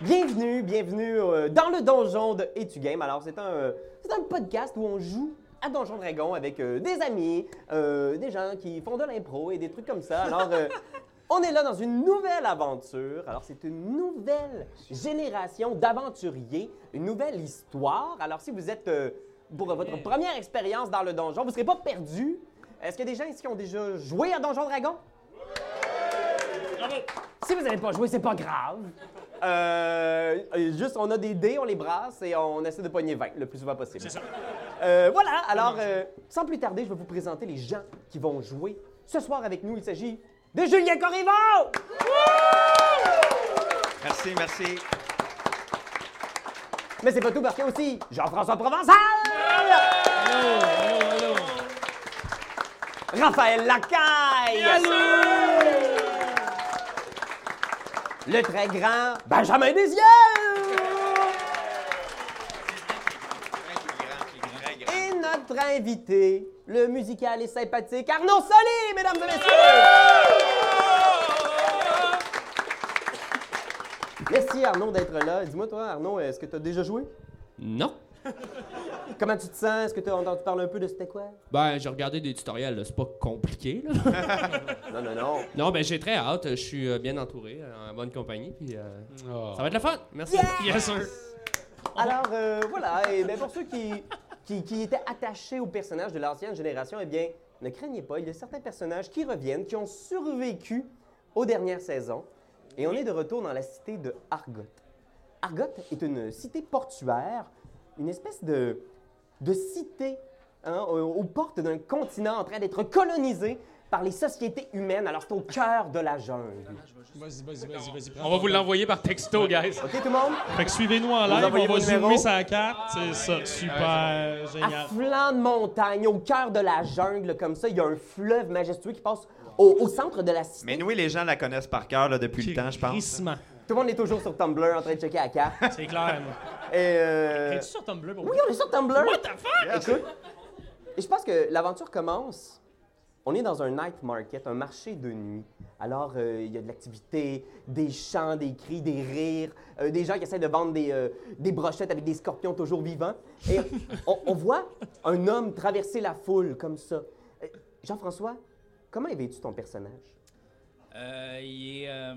Bienvenue, bienvenue euh, dans le donjon de Etu Game. Alors, c'est un, c'est un podcast où on joue à Donjon Dragon avec euh, des amis, euh, des gens qui font de l'impro et des trucs comme ça. Alors, euh, on est là dans une nouvelle aventure. Alors, c'est une nouvelle génération d'aventuriers, une nouvelle histoire. Alors, si vous êtes euh, pour votre première expérience dans le donjon, vous ne serez pas perdu. Est-ce qu'il y a des gens ici qui ont déjà joué à Donjon Dragon? Si vous n'avez pas joué, c'est pas grave. Euh, juste, on a des dés, on les brasse et on essaie de pogner 20 le plus souvent possible. C'est ça. Euh, voilà, alors, euh, sans plus tarder, je vais vous présenter les gens qui vont jouer ce soir avec nous. Il s'agit de Julien Corriveau! Merci, merci. Mais c'est pas tout parce qu'il y a aussi Jean-François Provençal! Raphaël Lacaille! Le très grand Benjamin Desieux! Et notre invité, le musical et sympathique Arnaud Solé, mesdames et messieurs! Merci Arnaud d'être là. Dis-moi, toi, Arnaud, est-ce que tu as déjà joué? Non. Comment tu te sens? Est-ce que tu as entendu parler un peu de c'était quoi? Ben, j'ai regardé des tutoriels, là. c'est pas compliqué. Là. Non, non, non. non, ben j'ai très hâte, je suis euh, bien entouré, euh, en bonne compagnie, puis euh, ça va être le fun. Merci. Yes, sir. Alors, euh, voilà. Et ben, pour ceux qui, qui, qui étaient attachés aux personnages de l'ancienne génération, eh bien, ne craignez pas, il y a certains personnages qui reviennent, qui ont survécu aux dernières saisons. Et on est de retour dans la cité de Argot. Argot est une cité portuaire, une espèce de, de cité hein, aux, aux portes d'un continent en train d'être colonisé par les sociétés humaines. Alors, c'est au cœur de la jungle. Vas-y, vas-y, vas-y, vas-y. On va vous l'envoyer par texto, guys. OK, tout le monde? Fait que suivez-nous en live, envoyez on va vos numéros. zoomer sa carte. Ah, C'est ça, Ah, super, À génial. flanc de montagne, au cœur de la jungle, comme ça, il y a un fleuve majestueux qui passe au, au centre de la cité. Mais nous, les gens la connaissent par cœur là, depuis le temps, je pense. Crissement. Tout le monde est toujours sur Tumblr en train de checker la carte. C'est clair, moi. Et euh, Es-tu sur Tumblr pour Oui, on est sur Tumblr. What the fuck? Écoute, et je pense que l'aventure commence. On est dans un night market, un marché de nuit. Alors, euh, il y a de l'activité, des chants, des cris, des rires, euh, des gens qui essaient de vendre des, euh, des brochettes avec des scorpions toujours vivants. Et on, on voit un homme traverser la foule comme ça. Euh, Jean-François, comment es tu ton personnage? Euh, il, est, euh,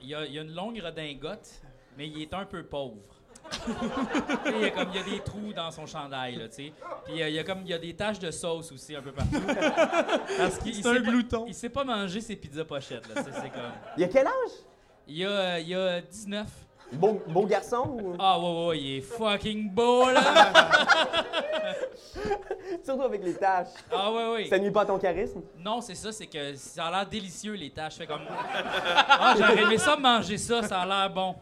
il a, il a une longue redingote, mais il est un peu pauvre. il, y a comme, il y a des trous dans son chandail, là, tu sais. Puis euh, il y a comme il y a des taches de sauce aussi un peu partout. Parce qu'il il un sait pas- glouton. il sait pas manger ses pizzas pochettes, là, tu sais, c'est comme... Il a quel âge? Il a, euh, il a 19. Beau, beau garçon? ou- Ah ouais, ouais, il est fucking beau, là! Surtout avec les taches. Ah ouais, ouais. Ça nuit pas à ton charisme? Non, c'est ça, c'est que ça a l'air délicieux, les taches. Fait comme... Ah, j'aurais aimé ça manger ça, ça a l'air bon.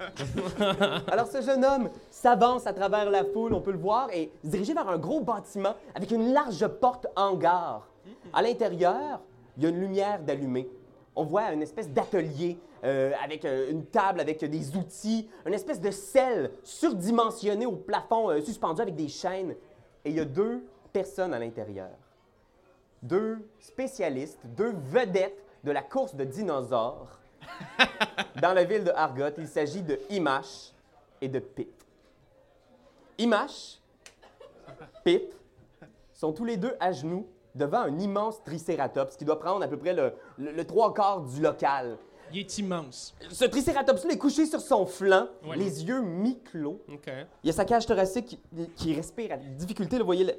Alors ce jeune homme s'avance à travers la foule, on peut le voir, et se diriger vers un gros bâtiment avec une large porte hangar. À l'intérieur, il y a une lumière d'allumée. On voit une espèce d'atelier euh, avec euh, une table, avec euh, des outils, une espèce de selle surdimensionnée au plafond, euh, suspendue avec des chaînes. Et il y a deux personnes à l'intérieur. Deux spécialistes, deux vedettes de la course de dinosaures dans la ville de Argot, il s'agit de Imash et de Pip. Imash, Pip sont tous les deux à genoux devant un immense tricératops qui doit prendre à peu près le, le- le trois quarts du local. Il est immense. Ce tricératops-là est couché sur son flanc, les yeux mi-clos. OK. Il y a sa cage thoracique qui, qui respire à difficulté, là, vous voyez. le-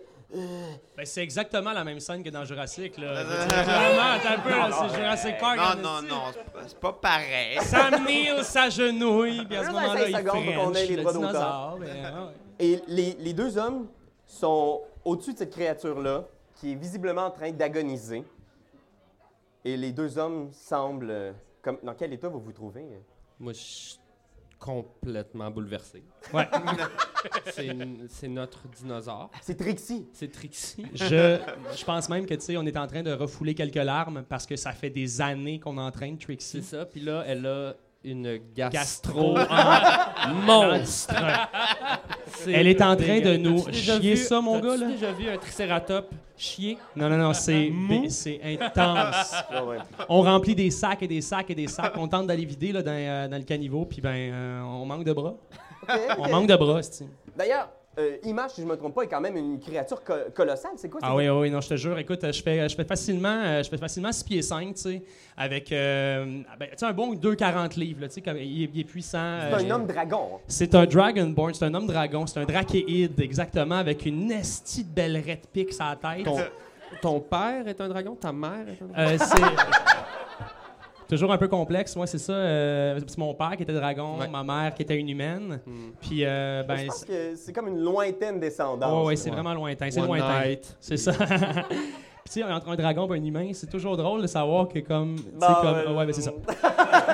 Ben, c'est exactement la même scène que dans Jurassic, là. Euh, Je veux dire, Vraiment, attends un peu, là, c'est Jurassic Park. Non, en non, esti. non, c'est pas- c'est pas pareil. Sam Neill s'agenouille, puis à ce Juste un moment-là, cinq il secondes pour qu'on ait French, les le droits d'auteur. dinosaure. ben, ouais. Et les, les deux hommes sont au-dessus de cette créature-là, qui est visiblement en train d'agoniser. Et les deux hommes semblent... euh, Comme, dans quel état vous vous trouvez? euh? Moi, je suis complètement bouleversé. Ouais. c'est, c'est notre dinosaure. C'est Trixie. C'est Trixie. Je, je pense même que, tu sais, on est en train de refouler quelques larmes parce que ça fait des années qu'on entraîne C'est Trixie. ça, puis là, elle a une gastro hein. Gastro en monstre. Elle est en train de nous chier ça, mon gars, là? T'as-tu déjà vu un tricératops chier? Non, non, non, c'est bé- c'est intense. Ah ouais. On remplit des sacs et des sacs et des sacs. On tente d'aller vider là, dans, euh, dans le caniveau, puis ben, euh, on manque de bras. On manque de bras, cest D'ailleurs, euh, Image, si je me trompe pas, est quand même une créature co- colossale. C'est quoi ça? Ah oui, oui, non, je te jure, écoute, euh, je fais, je fais facilement, euh, je fais facilement 6 pieds 5, tu sais, avec, euh, ah ben, tu sais, un bon 2,40 livres, là, tu sais, comme, il, est- il est puissant. C'est un euh, homme dragon. C'est un Dragonborn, c'est un homme dragon, c'est un drakéide, exactement, avec une estie de belle red pique sur la tête. Ton, ton père est un dragon? Ta mère est un dragon? Euh, c'est toujours un peu complexe, moi, c'est ça. euh, c'est mon père qui était dragon, Ouais. ma mère qui était une humaine. Puis, euh, ben, Je pense que c'est comme une lointaine descendance. Ouais, ouais, c'est vraiment lointain. C'est One lointain. night. C'est ça. Puis, tu sais, entre un dragon et un humain, c'est toujours drôle de savoir que, comme. tu sais, Bon, comme euh, ah ouais, ben, c'est ça.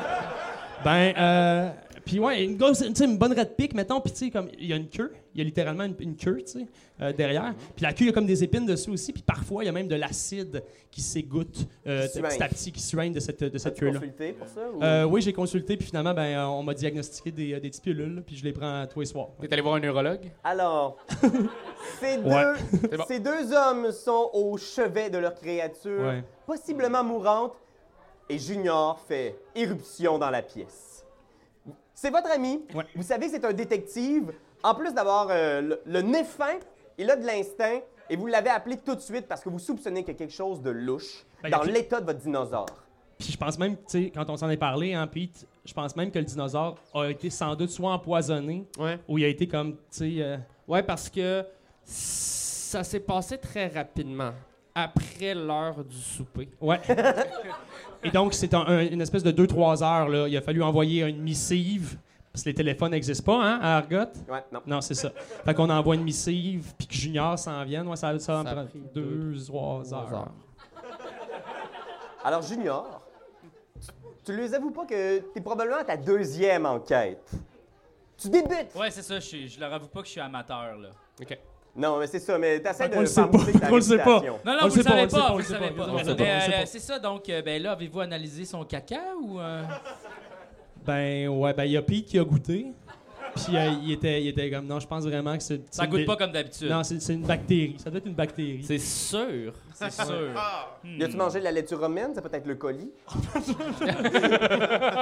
ben, euh. Puis, ouais, une, grosse, tu sais, une bonne red pique, mettons. Puis, tu sais, comme, il y a une queue. Il y a littéralement une, une queue, tu sais, euh, derrière. Puis, la queue, il y a comme des épines dessus aussi. Puis, parfois, il y a même de l'acide qui s'égoutte euh, Qui petit suinte. à petit, qui suinte de cette, de cette Tu queue-là. consulté pour ça? ou- Euh, oui, j'ai consulté, puis finalement, ben, euh, on m'a diagnostiqué des, euh, des petites pilules, puis je les prends tous les soirs. T'es allé voir un neurologue? Alors, ces, deux, Ouais. C'est bon. ces deux hommes sont au chevet de leur créature, Ouais. possiblement mourante, et Junior fait éruption dans la pièce. C'est votre ami. Ouais. Vous savez, c'est un détective. En plus d'avoir euh, le, le nez fin, il a de l'instinct, et vous l'avez appelé tout de suite parce que vous soupçonnez qu'il y a quelque chose de louche Ben, y a dans plus- l'état de votre dinosaure. Puis je pense même, tu sais, quand on s'en est parlé, hein, Pete, je pense même que le dinosaure a été sans doute soit empoisonné Ouais. ou il a été comme, tu sais, euh, Ouais, parce que ça s'est passé très rapidement, après l'heure du souper. ouais. Et donc, c'est un- un- une espèce de 2-3 heures, là. Il a fallu envoyer une missive, parce que les téléphones n'existent pas, hein, à Argot. Ouais, non. Non, c'est ça. Fait qu'on envoie une missive, puis que Junior s'en vienne. Ouais, ça, ça, Ça a prend pris deux, 2-3 heures. heures. Alors, Junior, tu, tu les avoues pas que t'es probablement à ta deuxième enquête. Tu débutes! Ouais, c'est ça, je, suis- je leur avoue pas que je suis amateur, là. OK. Non, mais c'est ça, mais t'essaies de Ben, On le sait faire pas, mousser ta on le sait pas. réputation. Non, non, On le vous le sait pas, on savez le sait pas, pas, on vous le le sait savez pas, pas. on le sait pas, on Mais, le sait euh, pas. C'est ça, donc, euh, ben là, avez-vous analysé son caca ou... euh? Ben, ouais, ben, il y a Pete qui a goûté, puis euh, il, était, il était comme, non, je pense vraiment que c'est. Ça c'est goûte des- pas comme d'habitude. Non, c'est c'est une bactérie. Ça doit être une bactérie. C'est sûr. c'est sûr. Ah. Hmm. Y a-tu mangé de la laitue romaine? Ça peut être le colis.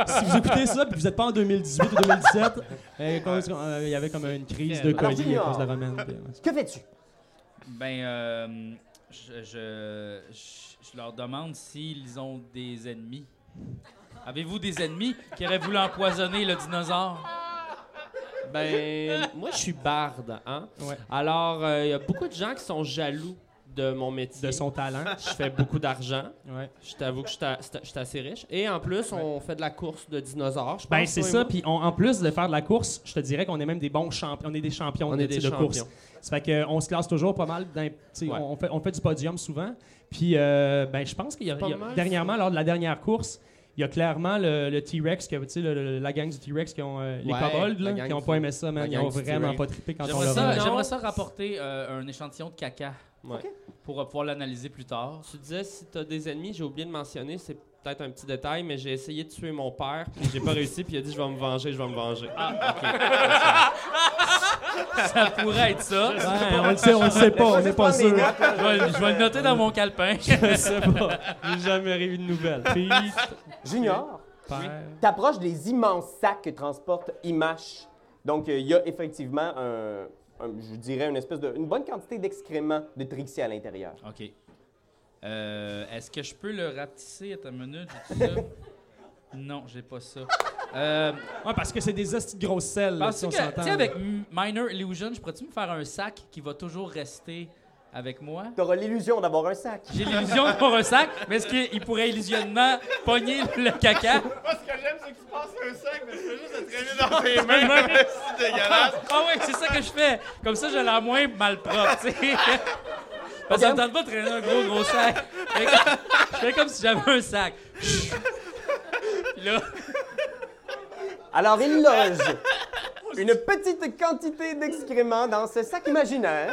si vous écoutez ça puis vous n'êtes pas en 2018 ou 2017, euh, quand- euh, il y avait comme une crise de Alors, colis à Junior. cause de la romaine. puis, ouais. Que fais-tu? Ben, euh, je, je, je- je leur demande s'ils ont des ennemis. Avez-vous des ennemis qui auraient voulu empoisonner le dinosaure? Ben, moi, je suis barde, hein? Ouais. Alors, il y a beaucoup de gens qui sont jaloux de mon métier. De son talent. Je fais beaucoup d'argent. Ouais. Je t'avoue que je t'a- c'est- je suis assez riche. Et en plus, on fait de la course de dinosaures. je Ben pense, c'est toi et ça, moi. puis on- en plus de faire de la course, je te dirais qu'on est même des bons champions, on est des champions On de, est des de course. champions. Ça fait que on se classe toujours pas mal, dans, les- tu sais, Ouais. on, fait, on fait du podium souvent. Puis euh, ben je pense qu'il y a, Pas il y a- mal, dernièrement lors de la dernière course, il y a clairement le, le T-Rex, que, tu sais, le- le- la gang du T-Rex qui ont euh, les Ouais, kobolds, la là, gang qui ont du- pas aimé ça, la man, ils gang ont du vraiment T-Rex. pas trippé quand on J'aimerais leur ça, a- j'aimerais ça rapporter euh, un échantillon de caca Ouais. pour euh, pouvoir l'analyser plus tard. Tu disais si t'as des ennemis, j'ai oublié de mentionner, c'est peut-être un petit détail, mais j'ai essayé de tuer mon père, puis j'ai pas réussi, puis il a dit je vais me venger, je vais me venger. Ah, Ça pourrait être ça. Ouais, on le sait, on Ben, le sait pas, on n'est pas sûr. Je vais, je vais le noter dans mon calepin. Je sais pas. J'ai jamais eu de nouvelles. Junior, t'approches des immenses sacs que transporte Imash. Donc, euh, il y a effectivement un, un- je dirais, une espèce de, une bonne quantité d'excréments de Trixie à l'intérieur. OK. Euh, Est-ce que je peux le rapetisser à ta minute? j'ai-tu ça? non, j'ai pas ça. Euh, Ouais, parce que c'est des hosties de grosses selles, là, si Penses-tu on que, s'entend. tu sais, là. avec M- Minor Illusion, je pourrais-tu me faire un sac qui va toujours rester avec moi? T'auras l'illusion d'avoir un sac. J'ai l'illusion d'avoir un sac, mais est-ce qu'il il pourrait illusionnement pogner le caca? Moi, ce que j'aime, c'est que tu passes un sac, mais tu fais juste le traîner dans tes mains. C'est Ah, dégueulasse. ah ouais, c'est ça que je fais. Comme ça, j'ai l'air moins malpropre, tu sais. Parce que ça me tente pas de traîner un gros, gros sac. Fait que- je fais comme si j'avais un sac. Puis là, Alors, il loge une petite quantité d'excréments dans ce sac imaginaire.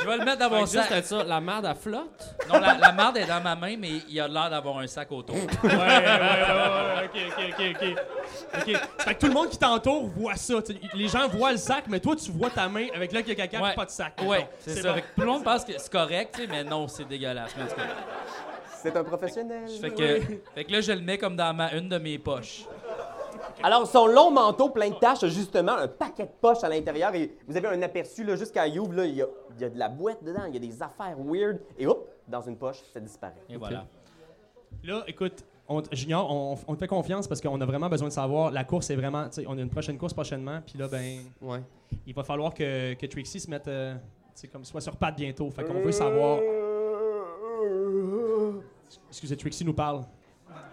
je vais le mettre dans Fait mon que juste sac. à ça, la merde, elle flotte. Non, la, la marde est dans ma main, mais il a l'air d'avoir un sac autour. Ouais, ouais, ouais, ouais, ouais, ok, ok, ok, ok. Ok. Fait que tout le monde qui t'entoure voit ça. tu sais. Les gens voient le sac, mais toi, tu vois ta main avec là qu'il y a quelqu'un qui a Ouais. pas de sac. Ouais, Bon, c'est ça. bon. Fait que tout le monde pense que c'est correct, tu sais, mais non, c'est dégueulasse. mais en tout cas. C'est un professionnel. Fait que, fait que là, je le mets comme dans ma, une de mes poches. Alors, son long manteau plein de taches, justement, un paquet de poches à l'intérieur. Et vous avez un aperçu là, jusqu'à Youb. Là, il, y a, il y a de la boîte dedans, il y a des affaires weird. Et hop, dans une poche, ça disparaît. Et voilà. Là, écoute, on, t- Junior, on, on te fait confiance parce qu'on a vraiment besoin de savoir. La course est vraiment. tu sais, On a une prochaine course prochainement. Puis là, ben, Ouais. il va falloir que, que Trixie se mette. euh, tu sais, comme soit sur pattes bientôt. Fait qu'on veut savoir. Excusez, Trixie nous parle.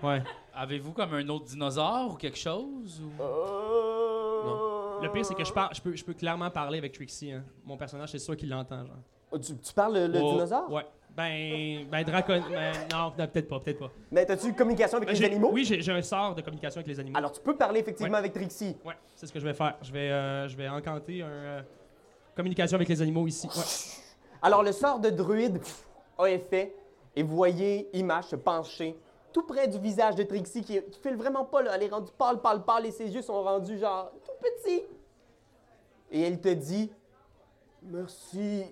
Ouais. Avez-vous comme un autre dinosaure ou quelque chose? ou- Oh. Le pire, c'est que je, par- je, peux, je peux clairement parler avec Trixie. hein. Mon personnage, c'est sûr qu'il l'entend. Genre. Oh, Tu, tu parles le, le Oh, dinosaure? Ouais. Ben, ben Dracon. ben, non, non, peut-être pas, peut-être pas. Mais as-tu une communication avec Ben, les j'ai- animaux? Oui, j'ai j'ai un sort de communication avec les animaux. Alors, tu peux parler effectivement Ouais. avec Trixie. Ouais, c'est ce que je vais faire. Je vais, euh, je vais encanter un, euh, communication avec les animaux ici. Ouais. Alors, le sort de druide pff, a effet et vous voyez Image se pencher tout près du visage de Trixie qui, qui file vraiment pas, là. Elle est rendue pâle, pâle, pâle et ses yeux sont rendus genre tout petits. Et elle te dit Merci.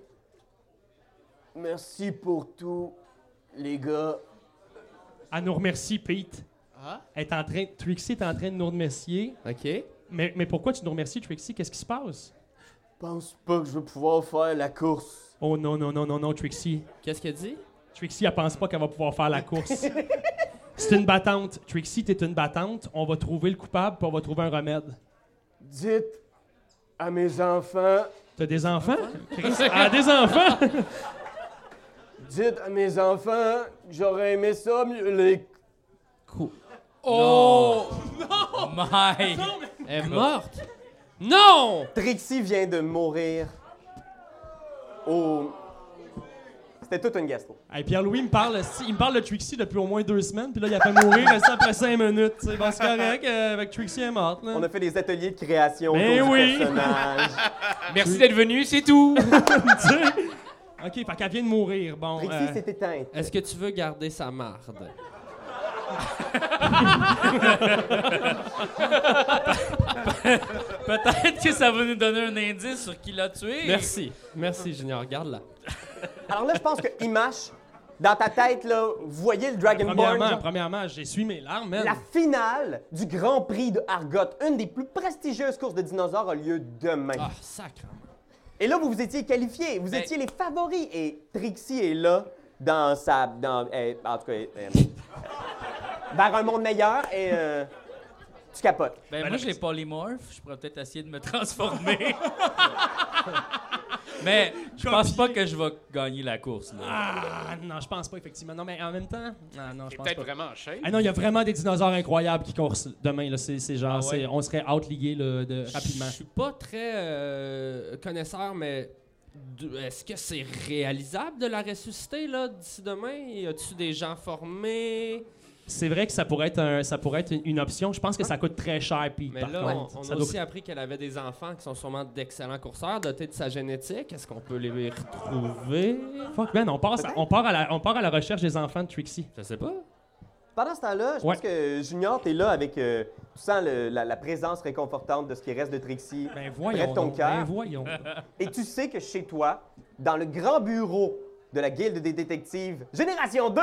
Merci pour tout, les gars. Elle nous remercie, Pete. Ah? Elle est en train, Trixie est en train de nous remercier. OK. Mais, mais pourquoi tu nous remercies, Trixie? Qu'est-ce qui se passe? Pense pas que je vais pouvoir faire la course. Oh non, non, non, non, non, Trixie. Qu'est-ce qu'elle dit? Trixie, elle pense pas qu'elle va pouvoir faire la course. C'est une battante. Trixie, t'es une battante. On va trouver le coupable, puis on va trouver un remède. Dites à mes enfants, T'as des enfants? Chris, elle a des enfants! dites à mes enfants, j'aurais aimé ça mieux les Oh! My! Elle est morte! Non! Trixie vient de mourir. au... C'était toute une gastro. Hey, Pierre-Louis me parle, si- il me parle de Trixie depuis au moins deux semaines, puis là, il a fait mourir mais ça après cinq minutes. tu sais. Bon, c'est correct, euh, avec Trixie elle est morte. Là. On a fait des ateliers de création Mais autour Ben oui. du personnage. Merci d'être venu, c'est tout! Tu sais? ok, fait qu'elle vient de mourir. Bon, Trixie euh, s'est éteinte. Est-ce que tu veux garder sa marde? Peut-être que ça va nous donner un indice sur qui l'a tué. Merci. Merci, Junior. Garde-la. Alors là, je pense que Imash, dans ta tête, là, vous voyez le Dragonborn. premièrement, genre, premièrement, j'essuie mes larmes, man. La finale du Grand Prix de Argot, une des plus prestigieuses courses de dinosaures, a lieu demain. Ah, sacre. Et là, vous vous étiez qualifiés, vous Ben- étiez les favoris. Et Trixie est là, dans sa. Dans, eh, en tout cas, eh, eh, vers un monde meilleur et. euh, tu capotes. Ben, Ben moi, là, j'ai polymorphe. Je pourrais peut-être essayer de me transformer. mais je pense pas que je vais gagner la course. Là. Ah, non, je pense pas, effectivement. Non, mais en même temps, Ah, non, non, je pense Peut-être pas. vraiment en shape. Ah non, il y a vraiment des dinosaures incroyables qui courent demain. Là. C'est, c'est genre, Ah ouais? c'est- on serait outligués là, de, rapidement. Je suis pas très euh, connaisseur, mais de- est-ce que c'est réalisable de la ressusciter là d'ici demain Y a-tu des gens formés C'est vrai que ça pourrait être, un- ça pourrait être une, une option. Je pense que ça coûte très cher, puis Mais par là, contre, on, on ça a doit- aussi appris qu'elle avait des enfants qui sont sûrement d'excellents courseurs, dotés de sa génétique. Est-ce qu'on peut les retrouver Fuck, man, on, passe- on, part à la, on part à la recherche des enfants de Trixie. Je sais pas. Pendant ce temps-là, je Ouais. pense que Junior, t'es là avec. euh, tu sens le- la, la présence réconfortante de ce qui reste de Trixie. Ben Près de voyons. ton donc, cœur. ben voyons. Et tu sais que chez toi, dans le grand bureau de la Guilde des détectives Génération 2,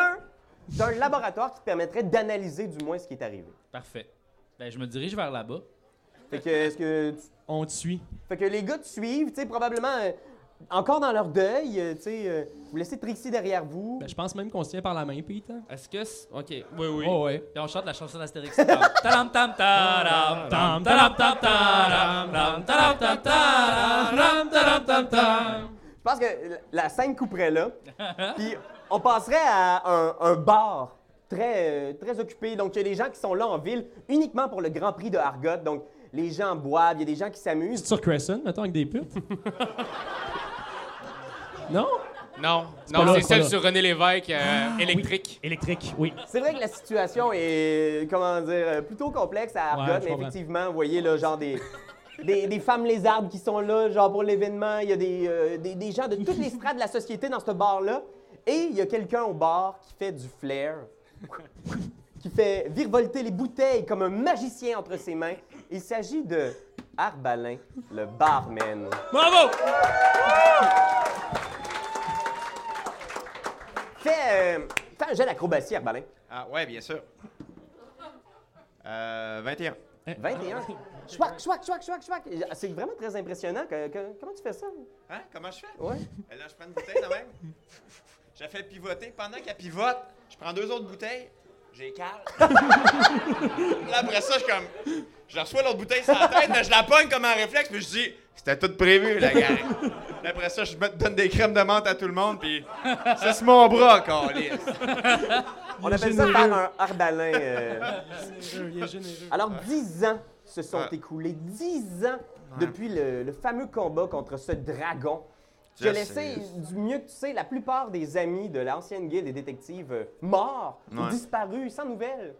t'as un laboratoire qui te permettrait d'analyser du moins ce qui est arrivé. Parfait. Ben, je me dirige vers là-bas. Fait que, est-ce que tu on te suit. Fait que les gars te suivent, tu sais, probablement euh, encore dans leur deuil, euh, tu sais, euh, vous laissez Trixie derrière vous. Ben, je pense même qu'on se tient par la main, Pete. Ah hein. Est-ce que. c'est- Ok. Oui, oui. Oh, ouais. Puis on chante la chanson d'Astérix. Tam tam taram, tam taram tam taram, tam taram tam taram, tam taram tam taram. Je pense que la la scène couperait là. Puis on passerait à un, un bar très, euh, très occupé. Donc il y a des gens qui sont là en ville uniquement pour le Grand Prix de Argot. Donc les gens boivent, il y a des gens qui s'amusent. Sur Crescent, mettons, avec des putes. non? Non, pas non, là, c'est c'est celle pas là. Ah sur René Lévesque, euh, électrique. Électrique, oui. C'est vrai que la situation est, comment dire, euh, plutôt complexe à Argot, Ouais, je mais comprends. effectivement, vous voyez, là, genre des, des, des femmes lézardes qui sont là, genre pour l'événement. Il y a des, euh, des, des gens de toutes les strates de la société dans ce bar-là. Et il y a quelqu'un au bar qui fait du flair, qui fait virevolter les bouteilles comme un magicien entre ses mains. Il s'agit de Arbalin, le barman. Bravo! Fais, euh, fais un jet d'acrobatie, Arbalin. Ah, ouais, bien sûr. Euh, 21. 21. Chouac, chouac, chouac, chouac, chouac. C'est vraiment très impressionnant. que- que- comment tu fais ça? Hein? Comment je fais? Ouais. Euh, Là, je prends une bouteille de même. Je la fais pivoter. Pendant qu'elle pivote, je prends deux autres bouteilles. J'écale. là, après ça, je suis comme. Je reçois l'autre bouteille sur la tête, mais je la pogne comme un réflexe, puis je dis C'était tout prévu, la gang. Puis après ça, je me donne des crèmes de menthe à tout le monde, puis ça, c'est mon bras, câlisse. On appelle ça faire un arbalin. euh. Il est généreux. Alors, 10 ans se sont Ah. écoulés. 10 ans depuis le, le fameux combat contre ce dragon qui Je a laissé, du mieux que tu sais, la plupart des amis de l'ancienne guilde des détectives euh, morts ou Ouais. disparus, sans nouvelles.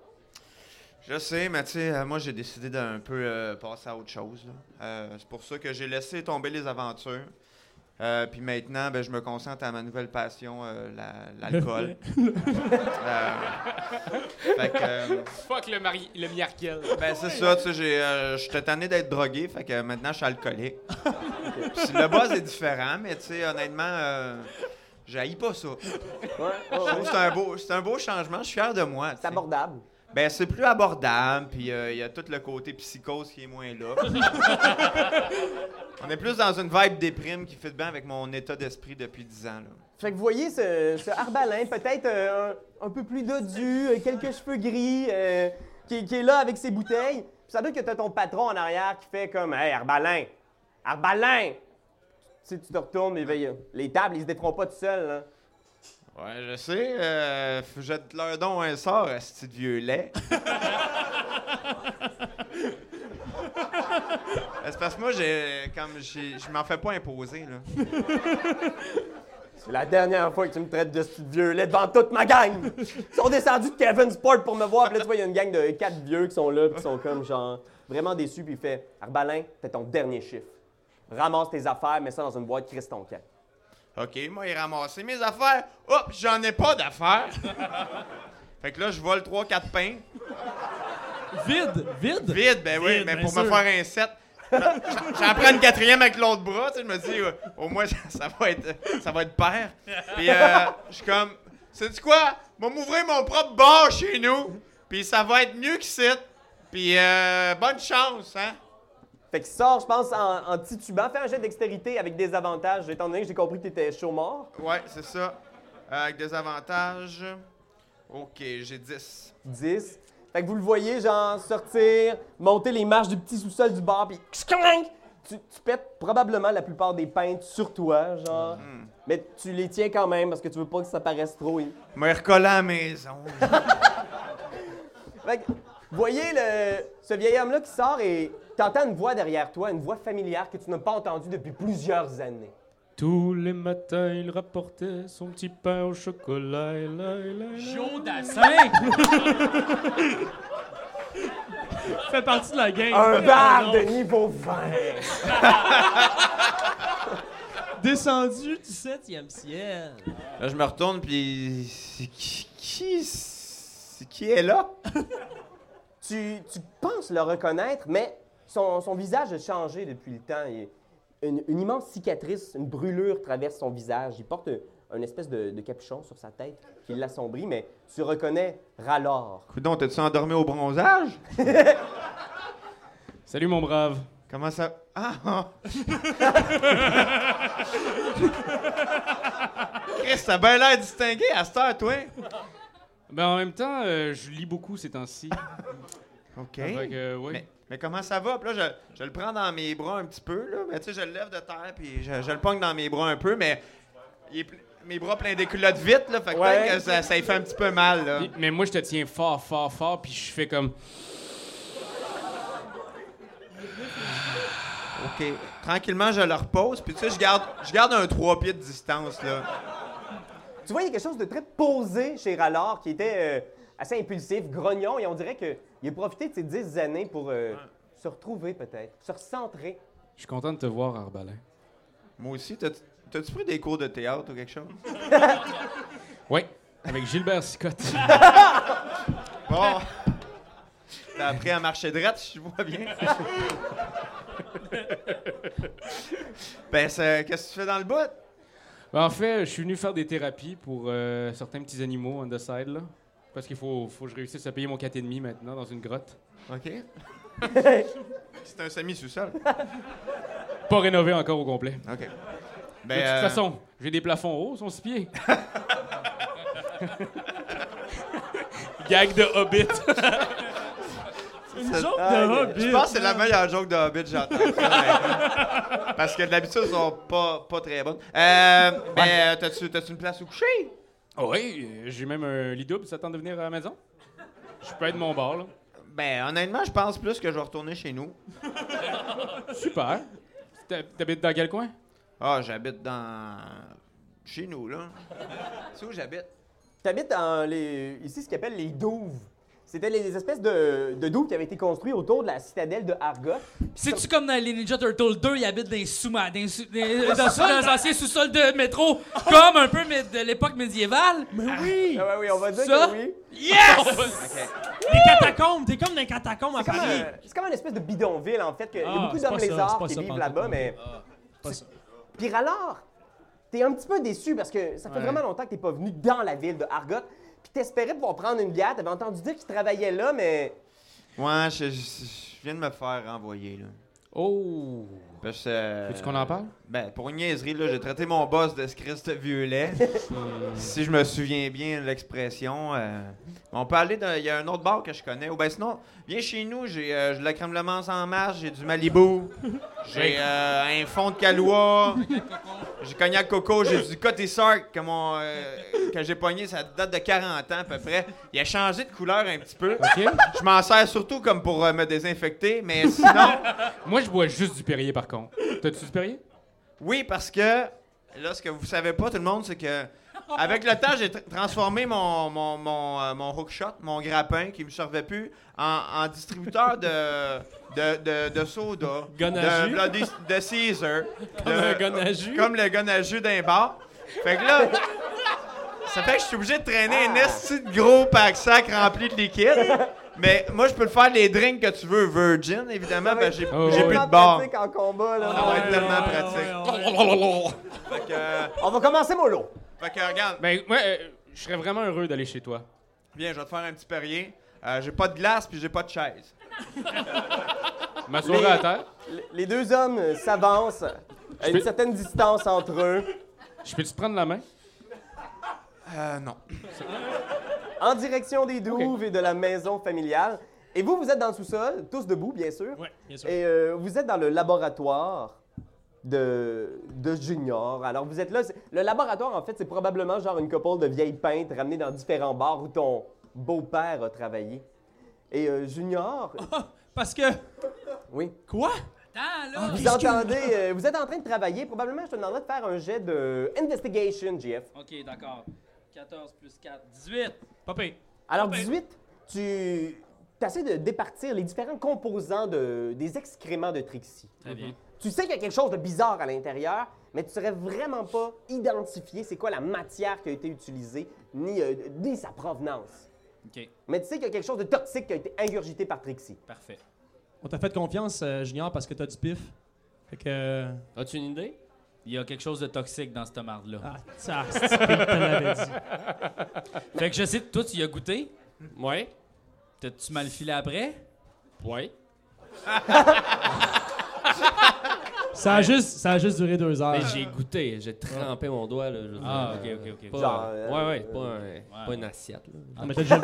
Je sais, mais tu sais, euh, moi j'ai décidé d'un peu euh, passer à autre chose. là. Euh, c'est pour ça que j'ai laissé tomber les aventures. Euh, puis maintenant, ben, je me concentre à ma nouvelle passion, euh, la- l'alcool. Euh, fait que, euh, Fuck le, mari le Miarkel. ben, c'est ça, tu sais, j'ai, euh, j'étais tanné d'être drogué, fait que maintenant je suis alcoolique. Puis le buzz est différent, mais tu sais, honnêtement, euh, j'haïs pas ça. Ouais, ouais, Je ouais. trouve que C'est un, beau- c'est un beau changement, je suis fier de moi. tu C'est sais. abordable. Ben, c'est plus abordable, puis euh, il y a tout le côté psychose qui est moins là. On est plus dans une vibe déprime qui fit bien avec mon état d'esprit depuis 10 ans. Là. Fait que vous voyez ce, ce arbalin, peut-être euh, un, un peu plus dodu, euh, quelques cheveux gris, euh, qui, qui est là avec ses bouteilles. Puis ça doit que t'as ton patron en arrière qui fait comme Hey, arbalin! Arbalin! Si tu te retournes, mais veille, les tables, ils se déferont pas tout seuls. hein. Ouais, je sais, euh, f- jette leur don un sort à ce petit vieux lait. Ben, c'est parce que moi, j'ai, comme j'ai- je m'en fais pas imposer. Là. C'est la dernière fois que tu me traites de ce vieux lait devant toute ma gang! Ils sont descendus de Kevin Sport pour me voir. Puis là, tu vois, il y a une gang de quatre vieux qui sont là, puis qui sont comme, genre, vraiment déçus. Puis il fait Arbalin, fais ton dernier chiffre. Ramasse tes affaires, mets ça dans une boîte, crisse ton camp. OK, moi, il ramassé mes affaires. Hop, j'en ai pas d'affaires. fait que là, je vole 3-4 pains. Vide, vide. Vide, ben oui, Vide, mais bien pour me sûr. faire un set. j'en- J'en prends une quatrième avec l'autre bras, tu sais, je me dis, euh, au moins, ça, ça va être, ça va être pair. Puis, euh, je suis comme, sais-tu quoi? Je vais m'ouvrir mon propre bar chez nous, puis ça va être mieux qu'ici. Puis, euh, bonne chance, hein? Fait qu'il sort, je pense, en, en titubant. Fais un jet de dextérité avec des avantages, étant donné que j'ai compris que t'étais chaud mort. Ouais, c'est ça. Euh, avec des avantages. OK, j'ai 10. 10. Fait que vous le voyez, genre, sortir, monter les marches du petit sous-sol du bar, puis clank! tu, tu pètes probablement la plupart des peintes sur toi, genre. Mais tu les tiens quand même parce que tu veux pas que ça paraisse trop. hein. Me recoller à la maison. Fait que, voyez le, ce vieil homme-là qui sort et t'entends une voix derrière toi, une voix familière que tu n'as pas entendue depuis plusieurs années. Tous les matins, il rapportait son petit pain au chocolat. Et là, et là, et là. Joe Dassin! Fait partie de la game. Ah. Un bar de niveau 20! Descendu du 7e ciel. Là, je me retourne, puis. c'est Qui, qui, c'est- qui est là? Tu, tu penses le reconnaître, mais son, son visage a changé depuis le temps. Il- une, une immense cicatrice, une brûlure traverse son visage. Il porte un, une espèce de, de capuchon sur sa tête qui l'assombrit, mais tu reconnais Ralor. Coudon, t'es-tu endormi au bronzage? Salut mon brave. Comment ça. Ah! ah. Chris, t'as bien l'air distingué à cette heure, toi! Ben en même temps, euh, je lis beaucoup ces temps-ci. Ah. OK. Fait que, ouais. Mais, mais comment ça va? Puis là, je, je le prends dans mes bras un petit peu, là. Mais tu sais, je le lève de terre, puis je, je le pogne dans mes bras un peu, mais il est ple- mes bras pleins d'éculottes vite, là. Fait que Ouais. peut-être que ça, ça y fait un petit peu mal, là. Puis- Mais moi, je te tiens fort, fort, fort, puis je fais comme. OK. Tranquillement, je le repose, puis tu sais, je garde, je garde un trois pieds de distance, là. Tu vois, il y a quelque chose de très posé chez Ralor qui était euh, assez impulsif, grognon, et on dirait qu'il a profité de ces dix années pour euh, se retrouver peut-être, se recentrer. Je suis content de te voir, Arbalin. Moi aussi, t'as- t'as-tu pris des cours de théâtre ou quelque chose? Oui, avec Gilbert Sicotte. Bon. T'as appris à marcher droite, je vois bien. ben, c'est- qu'est-ce que tu fais dans le bout? Ben, en fait, je suis venu faire des thérapies pour euh, certains petits animaux on the side, là. Parce qu'il faut, faut que je réussisse à payer mon 4,5 maintenant dans une grotte. OK. c'est un semi-sous-sol. Pas rénové encore au complet. OK. De Ben, toute euh, façon, j'ai des plafonds hauts, ils sont six pieds. Gag de Hobbit. c'est- joke de Ah, Je Hobbit, pense que c'est la meilleure joke de Hobbit que j'entends. ben, Parce que d'habitude, elles sont pas, pas très bonnes. Euh, ben, euh, t'as-tu, t'as-tu une place où coucher? oui, euh, j'ai même un lit double, ça tente de venir à la maison. Je peux être mon bar, là. Ben, honnêtement, je pense plus que je vais retourner chez nous. Super. T'ha- T'habites dans quel coin? Ah, j'habite dans. chez nous, là. C'est où j'habite? T'habites dans les, ici ce qu'ils appellent les douves. C'était les espèces de, de douves qui avaient été construites autour de la citadelle de Argoth. C'est-tu comme dans les Ninja Turtles 2, ils habitent dans les sous-marins, dans, les sous- dans les- dans les anciens sous-sols de métro, comme un peu mais de l'époque médiévale? Ah ouais, oui, on va dire Ça? que oui. Les catacombes, t'es comme dans les catacombes à C'est comme, Paris. un- c'est comme une espèce de bidonville, en fait. que- Il y a Ah, beaucoup c'est pas d'hommes ça, c'est lézards pas qui ça, vivent pantoute. là-bas, mais... Ah, Pas ça. Pire alors, t'es un petit peu déçu parce que ça fait Ouais. vraiment longtemps que t'es pas venu dans la ville de Argot. Puis t'espérais pouvoir prendre une bière. T'avais entendu dire qu'ils travaillaient là, mais... Ouais, je, je- je viens de me faire renvoyer, là. Oh! Parce que, euh, Veux-tu qu'on en parle? Ben, pour une niaiserie, là, j'ai traité mon boss de ce Christ violet. si je me souviens bien de l'expression. euh, on peut aller dans. Il y a un autre bar que je connais. Ou ben sinon, viens chez nous, j'ai euh, j'ai de la crème de menthe en marche, j'ai du Malibu, j'ai euh, un fond de calois, j'ai cognac coco, j'ai du Côté Sark que, mon, euh, que j'ai pogné, ça date de 40 ans à peu près. Il a changé de couleur un petit peu. OK. Je m'en sers surtout comme pour euh, me désinfecter, mais sinon. Moi, je bois juste du Perrier, par contre. T'as-tu du Perrier? Oui, parce que là, ce que vous savez pas, tout le monde, c'est que avec le temps, j'ai tr- transformé mon, mon, mon, euh, mon hookshot, mon grappin qui me servait plus, en, en distributeur de, de, de, de soda, Gun à de, jus. Bloody- de Caesar, Comme de- un gun à jus. comme le gun à jus d'un bar. Fait que là, ça fait que je suis obligé de traîner un Ah. esti de gros pack-sac rempli de liquide. Mais moi, je peux le faire les drinks que tu veux, Virgin, évidemment, ben j'ai Oh, j'ai oui. plus Tellement de bar. Ah, pratique en combat, là. Ça va être tellement ouais, pratique. Ah, Fait que, euh, On va commencer, Molo. fait que regarde, Ben, moi, euh, je serais vraiment heureux d'aller chez toi. viens, je vais te faire un petit perrier. Euh, j'ai pas de glace puis j'ai pas de chaise. M'asseoir Mais- à terre. L- Les deux hommes euh, s'avancent à une peux- certaine distance entre eux. Je peux-tu te prendre la main? Euh, non. en direction des douves et de la maison familiale. Et vous, vous êtes dans le sous-sol, tous debout, bien sûr. Ouais, bien sûr. Et euh, vous êtes dans le laboratoire de, de Junior. Alors, vous êtes là. c'est- Le laboratoire, en fait, c'est probablement genre une couple de vieilles peintes ramenées dans différents bars où ton beau-père a travaillé. Et euh, Junior, Parce que. oui. Quoi? Attends, là! Vous entendez, euh, vous êtes en train de travailler. Probablement, je te demanderais de faire un jet de investigation, JF. Ok, d'accord. 14 plus 4, 18. Pas pire. Ah Alors, ben- 18, tu essaies de départir les différents composants de- des excréments de Trixie. Très bien. Tu sais qu'il y a quelque chose de bizarre à l'intérieur, mais tu ne saurais vraiment pas identifier c'est quoi la matière qui a été utilisée, ni, euh, ni sa provenance. Ok, Mais tu sais qu'il y a quelque chose de toxique qui a été ingurgité par Trixie. parfait. On t'a fait confiance, euh, Junior, parce que t'as du pif. Fait que. euh, As-tu une idée? Il y a quelque chose de toxique dans cette marde-là. Ah, ça, c'est- je te l'avais dit. Fait que je sais, toi, tu y as goûté. Ouais. T'as-tu mal filé après? Ouais. Ça a juste, ça a juste duré deux heures. Mais j'ai goûté, j'ai trempé mon doigt, là. je veux Ah, dire, ok, euh, ok, ok. pas- Genre, ouais, euh, ouais, pas, un- ouais. pas une assiette, là. Ah, mais t'as déjà- les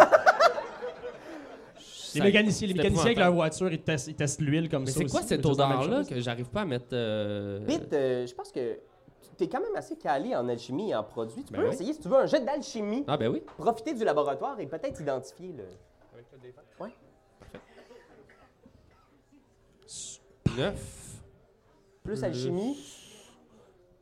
Ça- c'était mécaniciens, les mécaniciens avec épouvantable. leur voiture, ils testent, ils testent l'huile comme Mais ça. c'est quoi aussi, cette mais juste la même odeur-là chose. que j'arrive pas à mettre. euh, Bit, euh, je pense que tu es quand même assez calé en alchimie et en produits. Tu Ben peux oui. essayer, si tu veux, un jet d'alchimie, Ah, ben oui. profiter du laboratoire et peut-être identifier le. Neuf. Plus alchimie.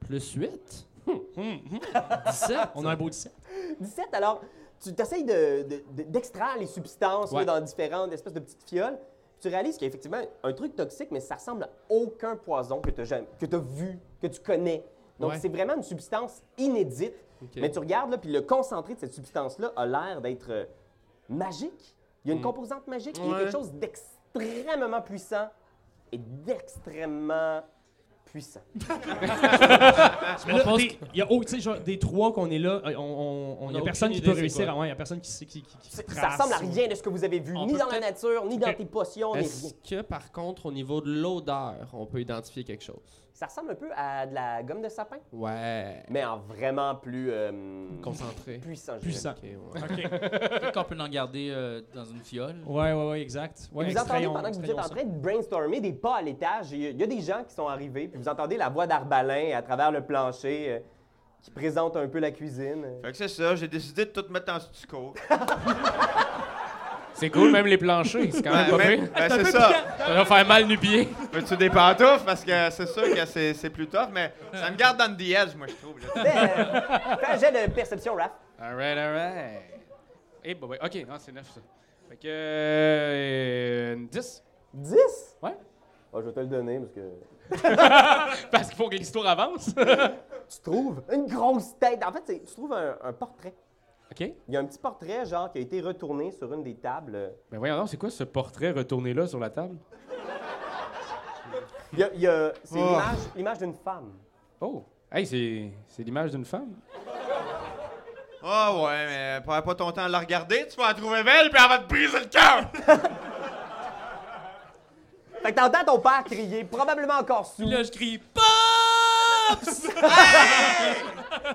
Plus 8? 17? On a un beau 17. 17, alors, tu t'essayes de- de- de- d'extraire les substances là, Ouais. dans différentes espèces de petites fioles. puis Tu réalises qu'il y a effectivement un truc toxique, mais ça ressemble à aucun poison que tu as, vu, que tu connais Donc, Ouais. c'est vraiment une substance inédite. Ok. Mais tu regardes, là, puis le concentré de cette substance-là a l'air d'être euh, magique. Il y Mm. a une composante magique. Il y a quelque chose d'extrêmement puissant et d'extrêmement puissant. Mais là, des- il y a oh, tu sais, genre, des trois qu'on est là, euh, on- on- on- il n'y a aucune personne qui idée peut c'est réussir. quoi. Ah ouais, il n'y a personne qui, sait- qui, qui, qui C'est- Ça trace ressemble à ou- rien de ce que vous avez vu, On ni peut dans la peut-être- nature, ni dans Ok. tes potions, ni rien. Est-ce que, par contre, au niveau de l'odeur, on peut identifier quelque chose? Ça ressemble un peu à de la gomme de sapin, Ouais. mais en vraiment plus euh, Concentré. puissant. je dirais. Puissant. Ok, ouais. Peut-être qu'on peut en garder euh, dans une fiole. Ouais, ouais, ouais, exact. Ouais, vous entendez extrayons- pendant que vous êtes extrayons en ça. train de brainstormer des pas à l'étage. Il y a- il y a des gens qui sont arrivés, puis vous entendez la voix d'Arbalin à travers le plancher euh, qui présente un peu la cuisine. Fait que c'est ça, j'ai décidé de tout mettre en stucco. C'est cool, même les planchers, c'est quand même Ben, Ah, pas même- pire. ben, c'est ça. Ça va faire mal nu pied. Veux-tu des pantoufles? Parce que c'est sûr que c'est c'est plus tough, mais ça me garde dans le edge, moi, je trouve. là. Fais, euh, fais un jet de perception, Raph. Alright, alright. Eh, bah, ouais, ok, non, c'est neuf ça. Fait que. euh, 10. 10? Ouais. Ah, je vais te le donner parce que. Parce qu'il faut que l'histoire avance. Tu trouves une grosse tête. En fait, c'est- tu trouves un, un portrait. ok. Il y a un petit portrait, genre, qui a été retourné sur une des tables. Ben voyons donc, c'est quoi ce portrait retourné-là sur la table? Il y a- il y a- c'est Oh. l'image- l'image d'une femme. Oh! Hey, c'est, c'est l'image d'une femme. Ah ouais, mais perds pas ton temps à la regarder, tu vas la trouver belle, puis elle va te briser le cœur! Fait que t'entends ton père crier, probablement encore sous. Puis là, je crie Pops!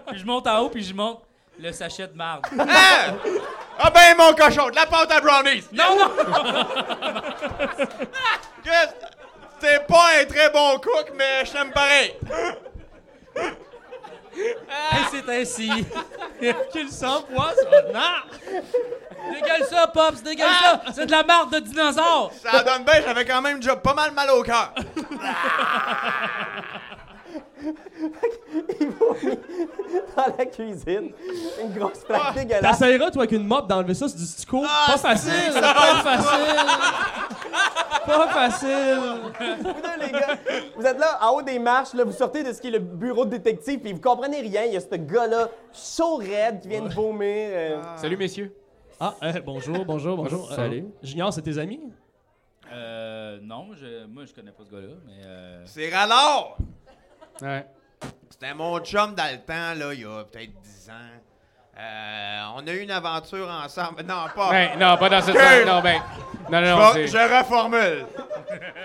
puis je monte en haut, puis je monte le sachet de marde. Hein? Ah ben mon cochon, de la pâte à brownies! non, non! Chris, T'es pas un très bon cook, mais je t'aime pareil! Et c'est ainsi qu'il s'empoise maintenant! Dégale Ah, ça, Pops! Dégale ça! C'est de la marde de dinosaure! Ça donne bien, j'avais quand même déjà pas mal mal au cœur! Il vomit dans la cuisine. Une grosse Ah, plaque dégueulasse. T'essayeras, toi, avec une mop d'enlever ça, c'est du stico. Ah, pas facile, pas facile. pas facile. Vous deux, les gars, vous êtes là en haut des marches, là, vous sortez de ce qui est le bureau de détective, puis vous comprenez rien. Il y a ce gars-là, chaud raide, qui vient de vomir. euh. Salut, messieurs. Ah, euh, bonjour, bonjour, bonjour. Salut. Euh, Junior, c'est tes amis? Euh, non, je, moi, je connais pas ce gars-là, mais. Euh... C'est Rallard! Ouais. C'était mon chum dans le temps, là, il y a peut-être 10 ans. Euh, on a eu une aventure ensemble. Non, pas. Ben, non, pas dans cette Ok. salle. Non, ben. Non, Je non, non. va- c'est- je reformule.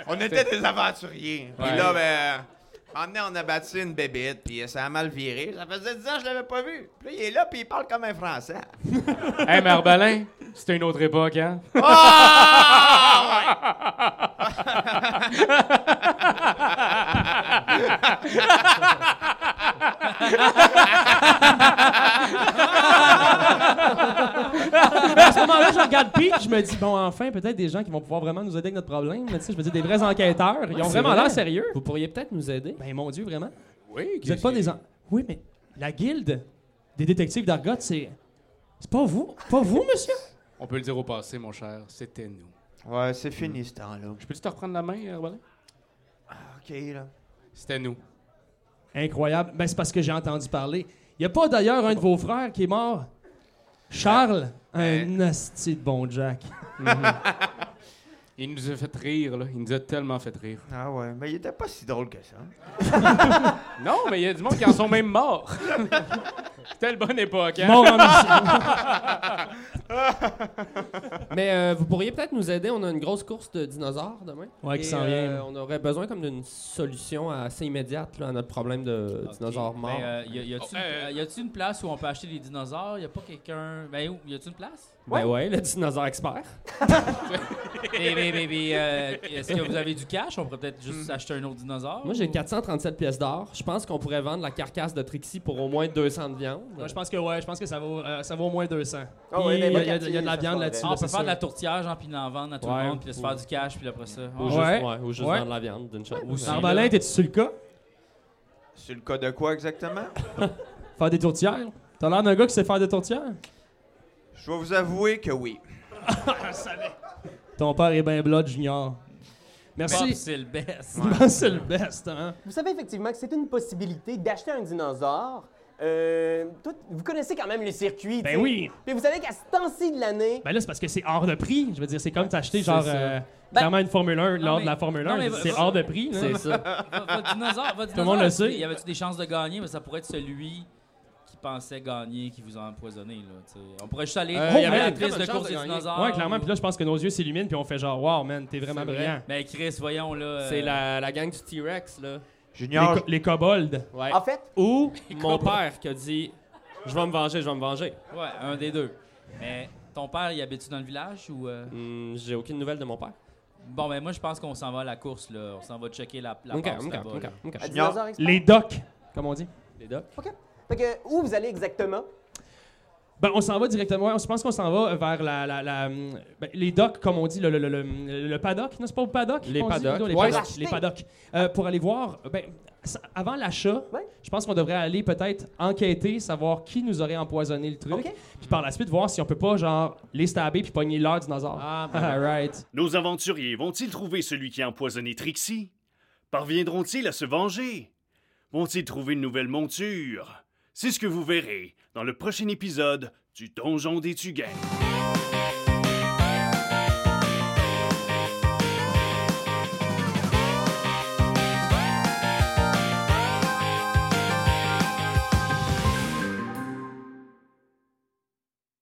On était des aventuriers. Puis Ouais. là, ben, maintenant, on a battu une bébite, puis ça a mal viré. Ça faisait 10 ans que je l'avais pas vu. Puis là, il est là, puis il parle comme un Français. Hey, Marbalin, c'était une autre époque, hein? Ah! Ouais. À ce moment-là, je regarde Pete, je me dis, bon, enfin, peut-être des gens qui vont pouvoir vraiment nous aider avec notre problème. Mais tu sais, je me dis, des vrais enquêteurs. Ils ont c'est vraiment vrai. l'air sérieux. Vous pourriez peut-être nous aider? Ben, mon Dieu, vraiment. Oui, Vous êtes pas des. en- Oui, mais la guilde des détectives d'Argot, c'est. C'est pas vous. Pas vous, monsieur? On peut le dire au passé, mon cher. C'était nous. Ouais, c'est fini ce temps-là. Je peux-tu te reprendre la main, euh, Marbalin? OK, là. C'était nous. Incroyable. Ben, c'est parce que j'ai entendu parler. Il n'y a pas d'ailleurs un de vos frères qui est mort? Charles? Un asti de bon Jack. Il nous a fait rire, là. Il nous a tellement fait rire. Ah ouais, mais il était pas si drôle que ça. Non, mais il y a du monde qui en sont même morts. C'était le bonne époque, hein? Mort en mission. Mais euh, vous pourriez peut-être nous aider. On a une grosse course de dinosaures demain. Ouais, qui Et, s'en euh, vient. on aurait besoin comme d'une solution assez immédiate là, à notre problème de ok. dinosaures morts. Ben, euh, y a- y a-tu Oh, euh, une- y a-tu une place où on peut acheter des dinosaures? Y a pas quelqu'un. Ben, où? Y a-tu une place? Ben ouais, le dinosaure expert. mais, mais, mais, mais, euh, est-ce que vous avez du cash? On pourrait peut-être juste Hmm. acheter un autre dinosaure? Moi, j'ai 437 pièces d'or. Je pense qu'on pourrait vendre la carcasse de Trixie pour au moins 200 de viande. Ouais, je pense que ouais, je pense que ça vaut, euh, ça vaut au moins 200. Ah ouais, ben, Puis, il y a- il y, a- bon il y a de la quartier, viande ça là-dessus. se Ah, on peut c'est faire de sûr. la tourtière, genre, puis l'en vendre à tout Ouais, le monde, puis de se ou- faire du cash, puis après ça. Ou Ah, juste, Ouais. ouais, ou juste Ouais. vendre la viande d'une shot. Aussi. Arbalin, t'es-tu sur le cas? C'est le cas de quoi exactement? Faire des tourtières? T'as l'air d'un gars qui sait faire des tourtières? Je vais vous avouer que oui. Ton père est ben blood, junior. Bob, Merci. c'est le best. Bob, c'est le best, hein? Vous savez effectivement que c'est une possibilité d'acheter un dinosaure. Euh, tout- vous connaissez quand même les circuits. Ben tu sais. oui. Puis vous savez qu'à ce temps-ci de l'année, Ben là, c'est parce que c'est hors de prix. Je veux dire, c'est comme t'acheter genre ça. euh, clairement une Formule 1 lors de mais- la Formule Ben non, 1. mais je dis, C'est va- hors de prix. là. C'est ça. Va- votre dinosaure, votre Tout le monde le dinosaure, sait. Y avait-tu des chances de gagner? Mais ça pourrait être celui qui pensait gagner, qui vous a empoisonné. Là, tu sais. on pourrait juste aller Euh, voir y avait la comme prise une de chance course de des gagner. dinosaures. Ouais, clairement. Puis là, je pense que nos yeux s'illuminent puis on fait genre, wow, man, t'es vraiment C'est vrai. brillant. Ben Chris, voyons là. euh, C'est la, la gang du T-Rex, là. Les, Junior, co- les kobolds. Ouais. en fait, Ou Mon père qui a dit Je vais me venger, je vais me venger. Ouais, un des deux. Mais ton père, il habite-tu dans le village ou. euh? Hmm, J'ai aucune nouvelle de mon père. Bon, ben moi, je pense qu'on s'en va à la course, là. On s'en va checker la, la Ok, passe ok, là-bas, ok, là. ok. un Junior, dinosaure expert. les docks, comme on dit. Les docs. OK. Fait que où vous allez exactement? Ben, on s'en va directement. ouais, Je pense qu'on s'en va vers la, la- la- hum, ben, les docks, comme on dit, le, le, le, le- le paddock. Non, c'est pas au paddock. Les qu'on dit, paddocks. plutôt, Les Ouais. paddocks. les paddocks. Euh, pour aller voir, ben, ça- avant l'achat, Ouais. je pense qu'on devrait aller peut-être enquêter, savoir qui nous aurait empoisonné le truc. OK. Puis par la suite, voir si on peut pas, genre, les stabber puis pogner leur dinosaure. Ah, ben. Alright. Nos aventuriers vont-ils trouver celui qui a empoisonné Trixie? Parviendront-ils à se venger? Vont-ils trouver une nouvelle monture? C'est ce que vous verrez dans le prochain épisode du Donjon des Tugaines.